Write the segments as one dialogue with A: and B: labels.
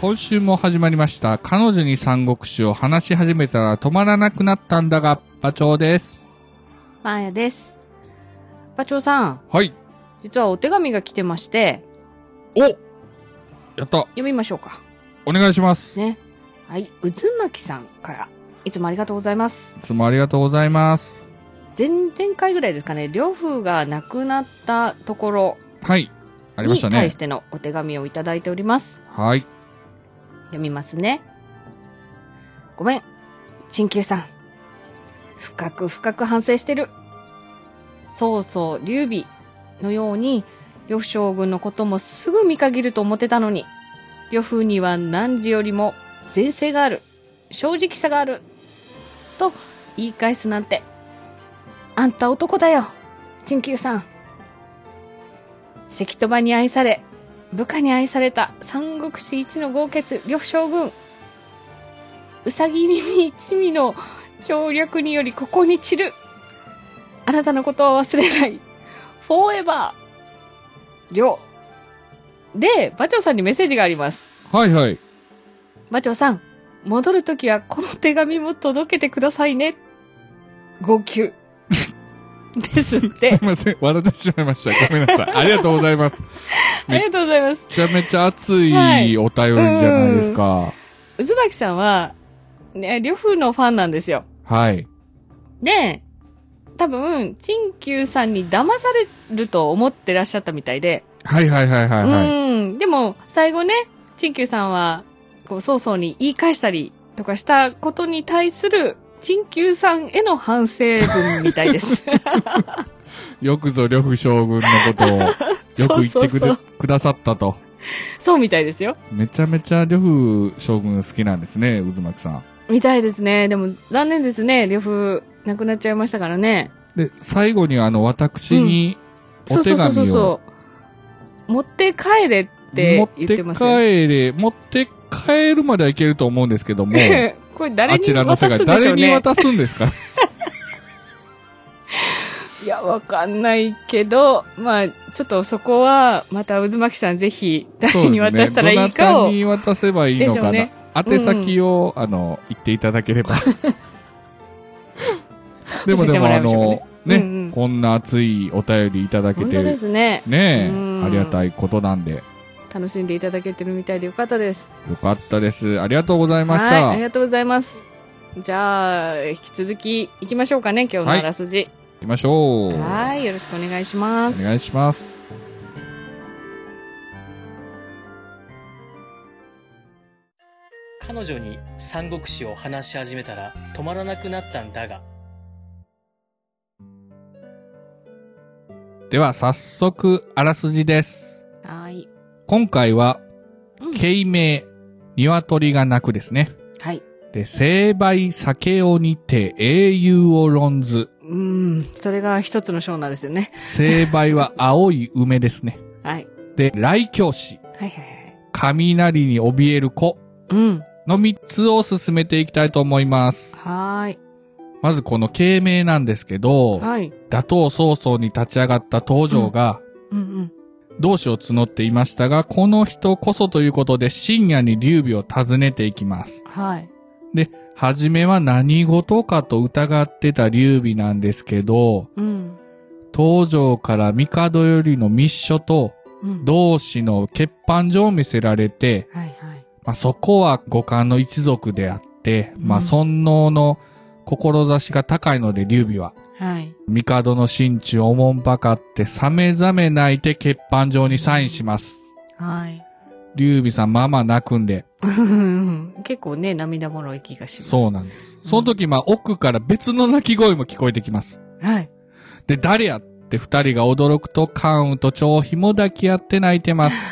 A: 今週も始まりました。彼女に三国志を話し始めたら止まらなくなったんだが、馬長です。
B: まーやです。馬長さん、
A: はい。
B: 実はお手紙が来てまして、
A: おやった。
B: 読みましょうか。
A: お願いします。
B: ね。はい、渦巻さんから。いつもありがとうございます。
A: いつもありがとうございます。
B: 前々回ぐらいですかね、両夫が亡くなったところ
A: はい。ありま
B: に
A: した
B: 対
A: ね
B: し。てのお手紙をいただいております。
A: はい。
B: 読みますね。ごめん、陳旧さん。深く深く反省してる。曹操、劉備のように、呂布将軍のこともすぐ見限ると思ってたのに、呂布には何時よりも前世がある、正直さがある、と言い返すなんて。あんた男だよ、陳旧さん。関戸場に愛され、部下に愛された三国志一の豪傑呂布将軍うさぎ耳一味の調略によりここに散るあなたのことは忘れないフォーエバー呂で馬長さんにメッセージがあります
A: はいはい。
B: 馬長さん戻るときはこの手紙も届けてくださいね号泣です っ
A: すい
B: て
A: ません。笑ってしまいました。ごめんなさい。 ありがとうございます。
B: ありがとうございます
A: めちゃめちゃ熱
B: はい
A: いお便りじゃないですか。
B: 渦巻さんはね呂布のファンなんですよ
A: はい。
B: で、多分、陳旧さんに騙されると思ってらっしゃったみたいで、
A: はいはいはいはいはい。
B: うん、でも、最後ね、陳旧さんは、こう、早々に言い返したりとかしたことに対する、陳旧さんへの反省文みた いです。
A: よくぞ呂布将軍のことをよく言ってく
B: そうそうそ
A: れ
B: う
A: くださったと。
B: そうみたいですよ。
A: めちゃめちゃ呂布将軍好きなんですね、渦巻さん。
B: みたいですね。でも、残念ですね。呂布、亡くなっちゃいましたからね。
A: で、最後にあの、私に
B: そ
A: お
B: うそ
A: 手
B: うそうそう
A: 紙を
B: そう。持って帰れって
A: 持っ
B: 言って
A: て
B: ますよね。
A: 帰れ、持って帰るまではいけると思うんですけ ども、
B: これ誰
A: あ
B: に
A: ちら
B: 渡
A: の世
B: すんでし
A: 界、
B: ょうね。
A: 誰に渡すんです か
B: いや、わかんないけど、まあ、ちょっとそこは、また渦巻さんぜひ、誰に渡したらいい
A: どな
B: か
A: た
B: を、
A: に渡せばいいのかな。
B: でし
A: 宛先を、あの、言っていただけ れば。でも
B: 教え
A: で
B: ても
A: も
B: ら
A: あ
B: いましょう
A: の
B: か、
A: ね、
B: ねうんうん
A: こんな熱いお便りいただけ
B: 本当で
A: て、
B: すね。
A: ね
B: う
A: え、
B: ん
A: ありがたいことなんで、
B: 楽しんでいただけてるみたいでよかったです。
A: よかったです。ありがとうございまし
B: はい、
A: た。
B: ありがとうございます。じゃあ、引き続き行きましょうかね、今日のあらすじ。
A: 行きましょう。
B: はい、よろしくお願いしま
A: お
B: す。
A: 願いします。
C: 彼女に三国志を話し始めたら止まらなくなったんだが、
A: では、早速、あらすじです。
B: はい。
A: 今回は、
B: うん
A: 鶏鳴、鶏が鳴くですね。
B: はい。
A: で、成敗酒を煮て英雄を論ず。
B: うん、それが一つの章なんですよね。
A: 成敗は青い梅ですね。
B: はい。
A: で、雷教師、
B: はいはいはい。
A: 雷に怯える子
B: うん。
A: の3つを進めていきたいと思います。
B: はーい。
A: まずこの慶明なんですけど、
B: はい。
A: 打倒曹操に立ち上がった東条が、
B: うんうん。
A: 同志を募っていましたが、この人こそということで深夜に劉備を訪ねていきます。
B: はい。
A: はじめは何事かと疑ってた劉備なんですけど、
B: うん。
A: 東条から帝よりの密書と
B: うん。
A: 同志の欠板状を見せられて、
B: はいはい。
A: まあ、そこは五感の一族であって、まあ、
B: うん
A: 尊王の志が高いので劉備は、
B: はい。
A: 帝の心中をおもんばかって、さめざめ泣いて欠板状にサインします。
B: はい。
A: 劉備さん、まあまあ泣くんで。
B: 結構ね、涙もろい気がします。
A: そうなんです。その時、まあ、奥から別の泣き声も聞こえてきます。
B: はい。
A: で、誰やって二人が驚くと、関羽と張飛も抱き合って泣いてます。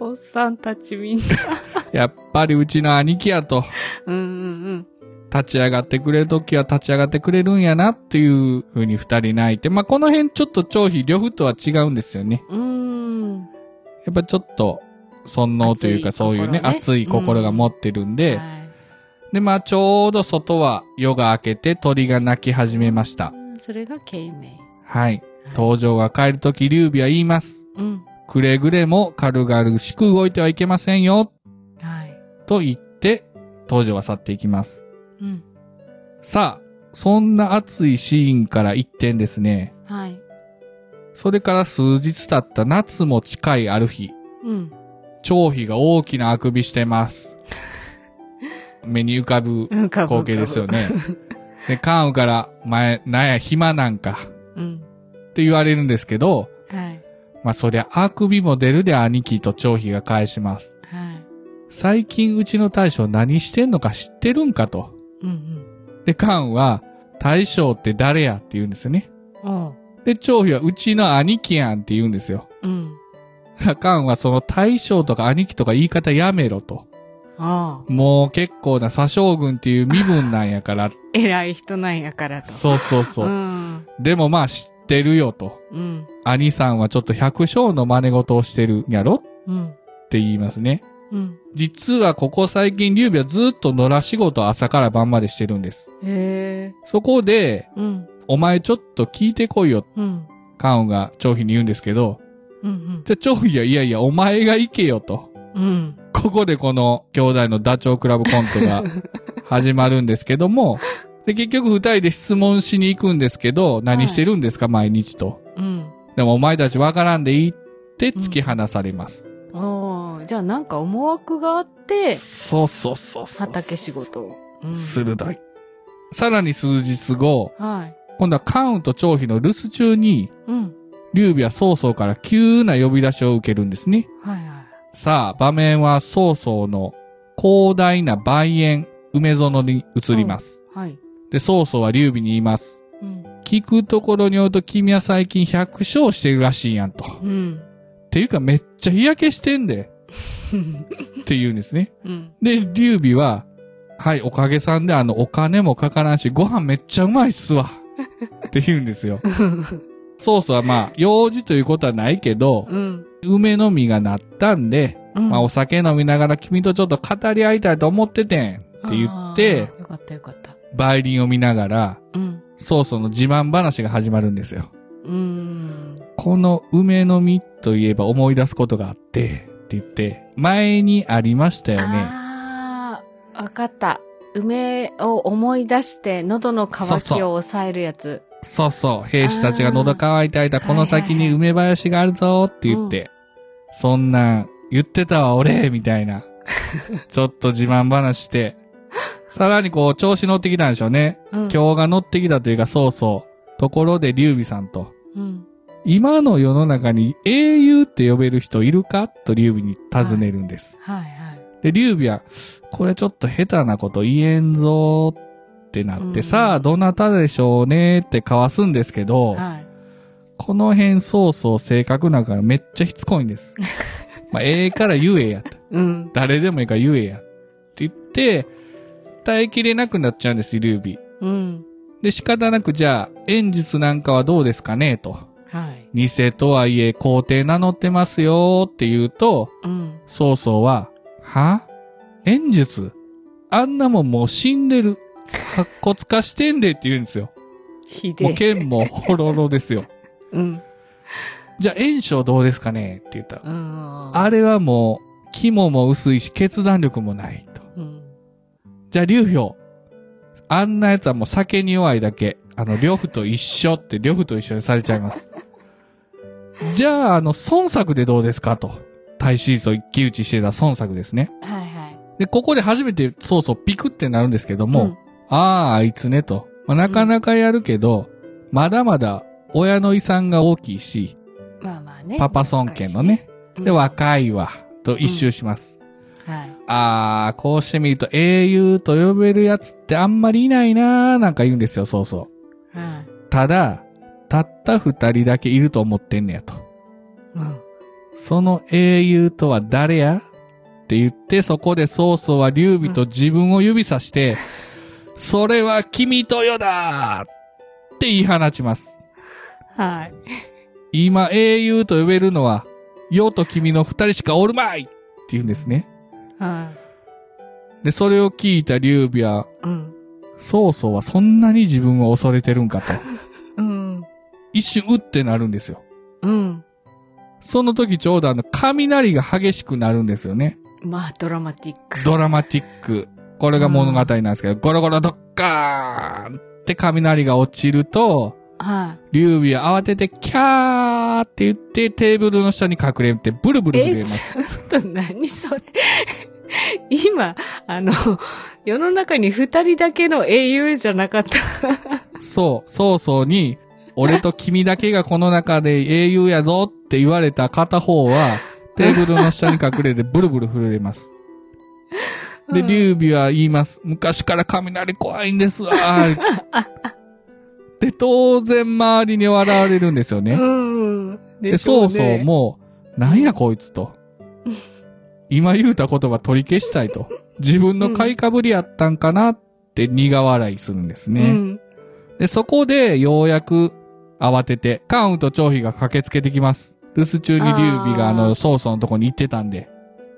B: おっさんたちみんな。
A: やっぱりうちの兄貴やと、
B: うんうん
A: 立ち上がってくれる時は立ち上がってくれるんやなっていう風に二人泣いて、まあ、この辺ちょっと張飛、呂布とは違うんですよね。
B: うん。うーん。
A: やっぱちょっと、尊王というか
B: 熱い心
A: そういうね、
B: ね
A: 熱い心が持ってるんで、
B: はい
A: で、まあ、ちょうど外は夜が明けて鳥が鳴き始めました。
B: それが慶明。
A: はい。登場が帰るとき、劉備は言います。
B: うん。
A: くれぐれも軽々しく動いてはいけませんよ、
B: はい。
A: と言って、東條は去っていきます。
B: うん。
A: さあ、そんな熱いシーンから一点ですね。
B: はい。
A: それから数日経った夏も近いある日、
B: うん。
A: 張飛が大きなあくびしてます。目に浮かぶ
B: うん、か
A: 光景ですよ。ね。で、関羽から、お前、なんや、暇なんか、
B: うん。
A: って言われるんですけど、
B: はい。
A: まあ、そりゃ、あくびも出るで兄貴と張飛が返します。
B: はい。
A: 最近うちの大将何してんのか知ってるんかと。
B: うん
A: で、関羽は、大将って誰やって言うんですよね。
B: うん。おう。
A: で、張飛はうちの兄貴やんって言うんですよ。
B: うん。
A: カンはその大将とか兄貴とか言い方やめろと。
B: おう。
A: もう結構な左将軍っていう身分なんやから。
B: 偉い人なんやからと。
A: そうそうそうう。
B: ん。
A: でもまあ知ってるよと。
B: うん。
A: 兄さんはちょっと百姓の真似事をしてるんやろっ
B: うん。
A: て言いますね。
B: うん。
A: 実はここ最近劉備はずっと野良仕事を朝から晩までしてるんです。
B: へえ。
A: そこで、
B: うん。
A: お前ちょっと聞いてこいよ。
B: うん。
A: 関羽が張飛に言うんですけど、
B: うん。
A: じゃあ張飛はいやいやお前が行けよと。
B: うん。
A: ここでこの兄弟のダチョウクラブコント が始まるんですけども、で、結局二人で質問しに行くんですけど、何してるんですか、毎日と。
B: うん。
A: でもお前たちわからんでいいって突き放されます。
B: おーじゃあなんか思惑があって、
A: そうそうそうそう
B: 畑仕。事を。うん
A: 鋭い。さらに数日後、
B: はい。
A: 今度は関羽と張飛の留守中に、
B: うん。
A: 劉備は曹操から急な呼び出しを受けるんですね。
B: はいはい。
A: さあ、場面は曹操の広大な梅園、梅園に移ります。
B: はい。
A: で、曹操は劉備に言います。
B: うん。
A: 聞くところによると君は最近百姓してるらしいやんと。
B: う
A: っ
B: ん。
A: ていうかめっちゃ日焼けしてんで。って言うんですね。
B: うん。
A: で、劉備は、はい、おかげさんであのお金もかからんし、ご飯めっちゃうまいっすわ。って言うんですよ。曹操はまあ、用事ということはないけど、
B: うん。
A: 梅の実がなったんで、
B: うん
A: まあお酒飲みながら君とちょっと語り合いたいと思っててん。って言って
B: あ、ーよかったよかった。
A: バイリンを見ながら、
B: うん。
A: 曹操の自慢話が始まるんですよ。
B: うーん。
A: この梅の実といえば思い出すことがあって、って言って、前にありましたよね。
B: ああ、わかった。梅を思い出して喉の渇きを抑えるやつ。
A: そうそう、兵士たちが喉乾いたいた、
B: あー
A: この先に梅林があるぞって言って、そんなん言ってたわ俺、みたい な。ちょっと自慢話して、さらにこう調子乗ってきたんでしょうね。
B: うん
A: 今日が乗ってきたというか、そうそう。ところで劉備さんと、
B: うん。
A: 今の世の中に英雄って呼べる人いるかと劉備に尋ねるんです。
B: はいはい。
A: で、劉備は、これちょっと下手なこと言えんぞーってなって、
B: うん
A: さあ、どなたでしょうねーって交わすんですけど、
B: はい。
A: この辺そうそう性格なんかめっちゃしつこいん です。まあ、ええから言えやと。
B: うん。
A: 誰でもいいから言えや。って言って、耐えきれなくなっちゃうんですよ、劉備。
B: うん。
A: で、仕方なく、じゃあ、演術なんかはどうですかねと。
B: はい。
A: 偽とはいえ、皇帝名乗ってますよーって言うと、
B: うん。
A: 曹操は、は演術あんなもんもう死んでる。白骨化してんでって言うんですよ。
B: ひで
A: もう
B: え。
A: 剣もほろろですよ。
B: うん。
A: じゃあ炎症どうですかねって言ったら
B: うん。
A: あれはもう、肝も薄いし決断力もないと。
B: うん。
A: じゃあ劉氷。あんな奴はもう酒に弱いだけ。あの、呂布と一緒って、呂布と一緒にされちゃいます。じゃあ、あの、孫作でどうですかと。大シーズを一騎打ちしてた孫作ですね。
B: はいはい。
A: で、ここで初めて、そうそう、ピクってなるんですけども、
B: うん
A: ああ、あいつね、と。まあなかなかやるけど、まだまだ、親の遺産が大きいし、
B: まあまあね。
A: パパ尊権のね。
B: うん。
A: で、若いわ、と一周します。
B: はい。
A: ああ、こうしてみると、英雄と呼べるやつってあんまりいないなー、なんか言うんですよ、そうそ。
B: はいう
A: ただ、たった二人だけいると思ってんねや、と。
B: うん。
A: その英雄とは誰やって言って、そこで曹操は劉備と自分を指さして、それは君とよだって言い放ちます。
B: はい。
A: 今英雄と呼べるのは、世と君の二人しかおるまいって言うんですね。
B: は
A: で、それを聞いた劉備は、
B: い。うん。
A: 曹操はそんなに自分を恐れてるんかと、
B: うん。
A: 一瞬うってなるんですよ。
B: うん。
A: その時ちょうどあの、雷が激しくなるんですよね。
B: まあ、ドラマティック。
A: ドラマティック。これが物語なんですけど、ゴロゴロドッカーンって雷が落ちると、
B: は
A: 劉備は慌ててキャーって言ってテーブルの下に隠れてブルブ
B: い。
A: ル震え
B: え、
A: ます。
B: ちょっと何それ。 今、あの、世の中に二人だけの英雄じゃなかった。
A: そう、曹操に、俺と君だけがこの中で英雄やぞって言われた片方は、テーブルの下に隠れてブルブル震えます。で、劉備は言います。昔から雷怖いんですわ。で、当然周りに笑われるんですよね。
B: うん。
A: で、
B: でしょ
A: 曹
B: う
A: 操
B: ね。
A: も、なんやこいつと。今言うた言葉取り消したいと。自分の買いかぶりやったんかなって苦笑いするんですね。
B: うん。
A: で、そこで、ようやく、慌てて、関羽と張飛が駆けつけてきます。留守中に劉備が、
B: あ
A: あ
B: ー
A: の、曹操のとこに行ってたんで。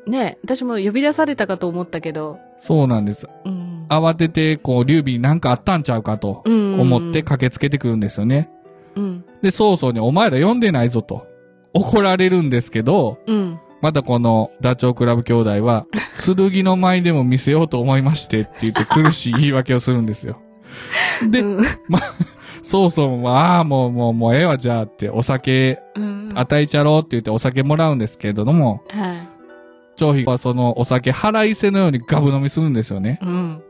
B: ね私も呼び出されたかと思ったけど。
A: そうなんです。
B: うん。
A: 慌てて、こう、劉備になんかあったんちゃうかと、
B: うん
A: 思って駆けつけてくるんですよね。
B: うん。
A: で、曹操に、お前ら読んでないぞと、怒られるんですけど、
B: うん。
A: またこの、ダチョウクラブ兄弟 は、剣の舞でも見せようと思いまして、って言って苦しい言い訳をするんですよ。で、
B: うん
A: 曹操も、ああ、もう、もう、もう、ええわ、じゃあ、って、お酒
B: うん。
A: 与えちゃろうって言ってお酒もらうんですけれども、
B: はい。
A: 張飛はそのお酒腹いせのようにガブ飲みするんですよね。
B: うん。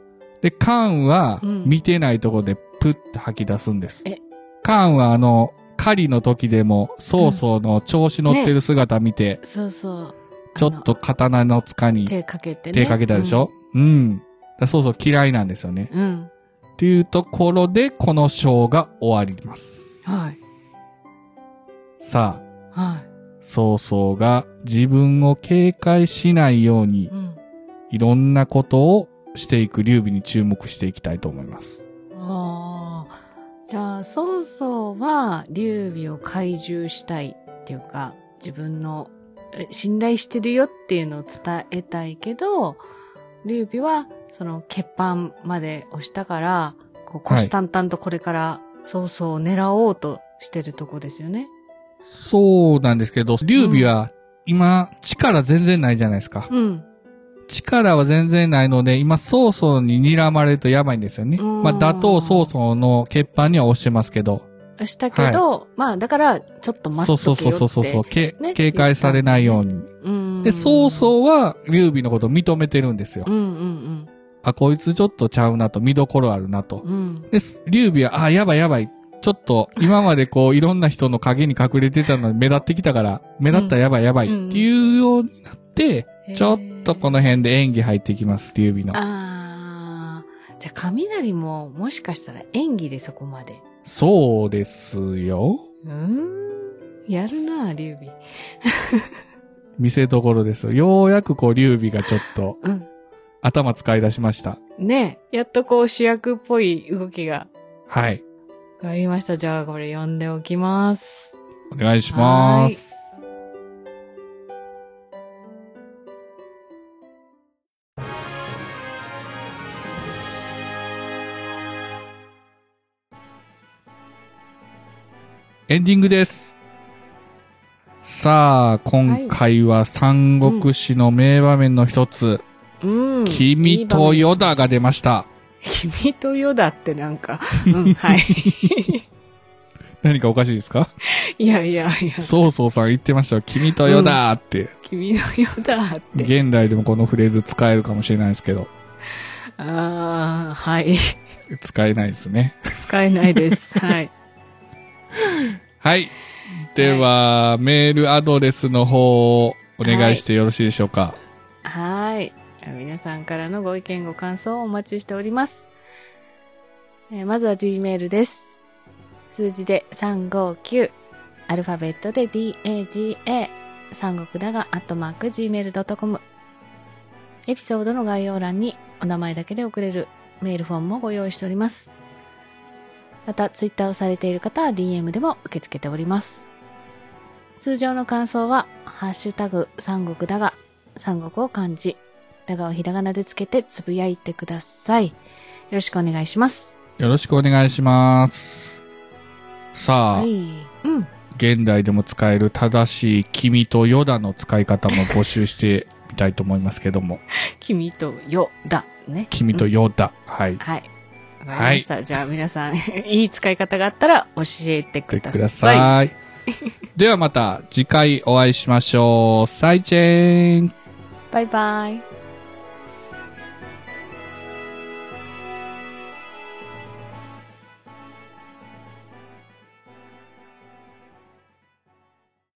A: で、カーンは
B: うん
A: 見てないところでプッて吐き出すんです。
B: え
A: カーンはあの、狩りの時でも曹操の調子乗ってる姿見て、
B: そうそう。
A: ちょっと刀の塚
B: あの。
A: に
B: 手かけてね。
A: 手かけたでしょ、うん、だ曹操嫌いなんですよね。
B: うん。うん。
A: っていうところで、この章が終わります。
B: はい。
A: さあ、
B: は
A: 曹操が自分を警戒しないように
B: い。うん。
A: いろんなことをしていく劉備に注目していきたいと思います。
B: ああ。じゃあ、曹操は、劉備を懐柔したいっていうか、自分の、え信頼してるよっていうのを伝えたいけど、劉備は、その、欠板まで押したから、こう、
A: はい
B: 虎視眈々とこれから、曹操を狙おうとしてるとこですよね。
A: そうなんですけど、劉備は今、力全然ないじゃないですか。
B: うん。
A: 力は全然ないので、今、曹操に睨まれるとやばいんですよね。
B: うん
A: まあ、打倒曹操の欠板には押してますけど、
B: したけど、まあ、だから、ちょっと待
A: そ
B: っ
A: う
B: とけよ
A: そう
B: って。
A: そうそうそうそう、け
B: ね
A: 警戒されないように。
B: うん。
A: で、曹操は劉備のことを認めてるんですよ。
B: うんうん
A: あ、こいつちょっとちゃうなと、見どころあるなと。
B: うん。うん。
A: で、劉備は、あ、やばいやばい。ちょっと、今までこう、いろんな人の影に隠れてたのに目立ってきたから、目立ったらやばいやばい。
B: うん
A: っていうようになって、ちょっとこ
B: の。
A: の辺で演技入ってきます、劉備の。
B: ああ。じゃあ、雷も、もしかしたら演技でそこまで。
A: そうですよ。
B: うーん。やるな、劉備。
A: 見せどころですよ。ようやくこう、劉備がちょっと
B: うん。
A: 頭使い出しました。
B: ねえやっとこう主役っぽい動きが。
A: はい。
B: わかりました。じゃあ、これ読んでおきます。
A: お願いします。エンディングです。さあ、今回は三国志の名場面の一つ、
B: うん。
A: 君と
B: よ
A: ヨダが出ました。
B: 君とよだってなんか。う ん、はい。
A: 何かおかしいですか
B: いやいやいや、
A: 曹操さん言ってましたよ。君とヨダって。
B: 君のよだって。
A: 現代でもこのフレーズ使えるかもしれないですけど、
B: ああ、はい。
A: 使えないですね。
B: 使えないです。はい。
A: はい。では、メールアドレスの方をお願いしてよろしいでしょうか。
B: はい。皆さんからのご意見、ご感想をお待ちしております。えーまずは Gmail です。数字で359、アルファベットで DAGA、三国だが、アットマーク Gmail.com。エピソードの概要欄にお名前だけで送れるメールフォームもご用意しております。また、Twitter をされている方は DM でも受け付けております。通常の感想は、ハッシュタグ三国だが、三国を漢字、だがをひらがなでつけてつぶやいてください。よろしくお願いします。
A: よろしくお願いします。さあ、
B: はい。うん。
A: 現代でも使える正しい君とヨダの使い方も募集してみたいと思いますけ ども。
B: 君とよだね。
A: 君と
B: よ。
A: ヨダ。はい。
B: はい。わかりました。じゃあ皆さん、 いい使い方があったら教えて
A: って
B: くだ
A: くだ
B: さい。
A: さい。ではまた次回お会いしましょう。サイチェーン
B: バイバイ。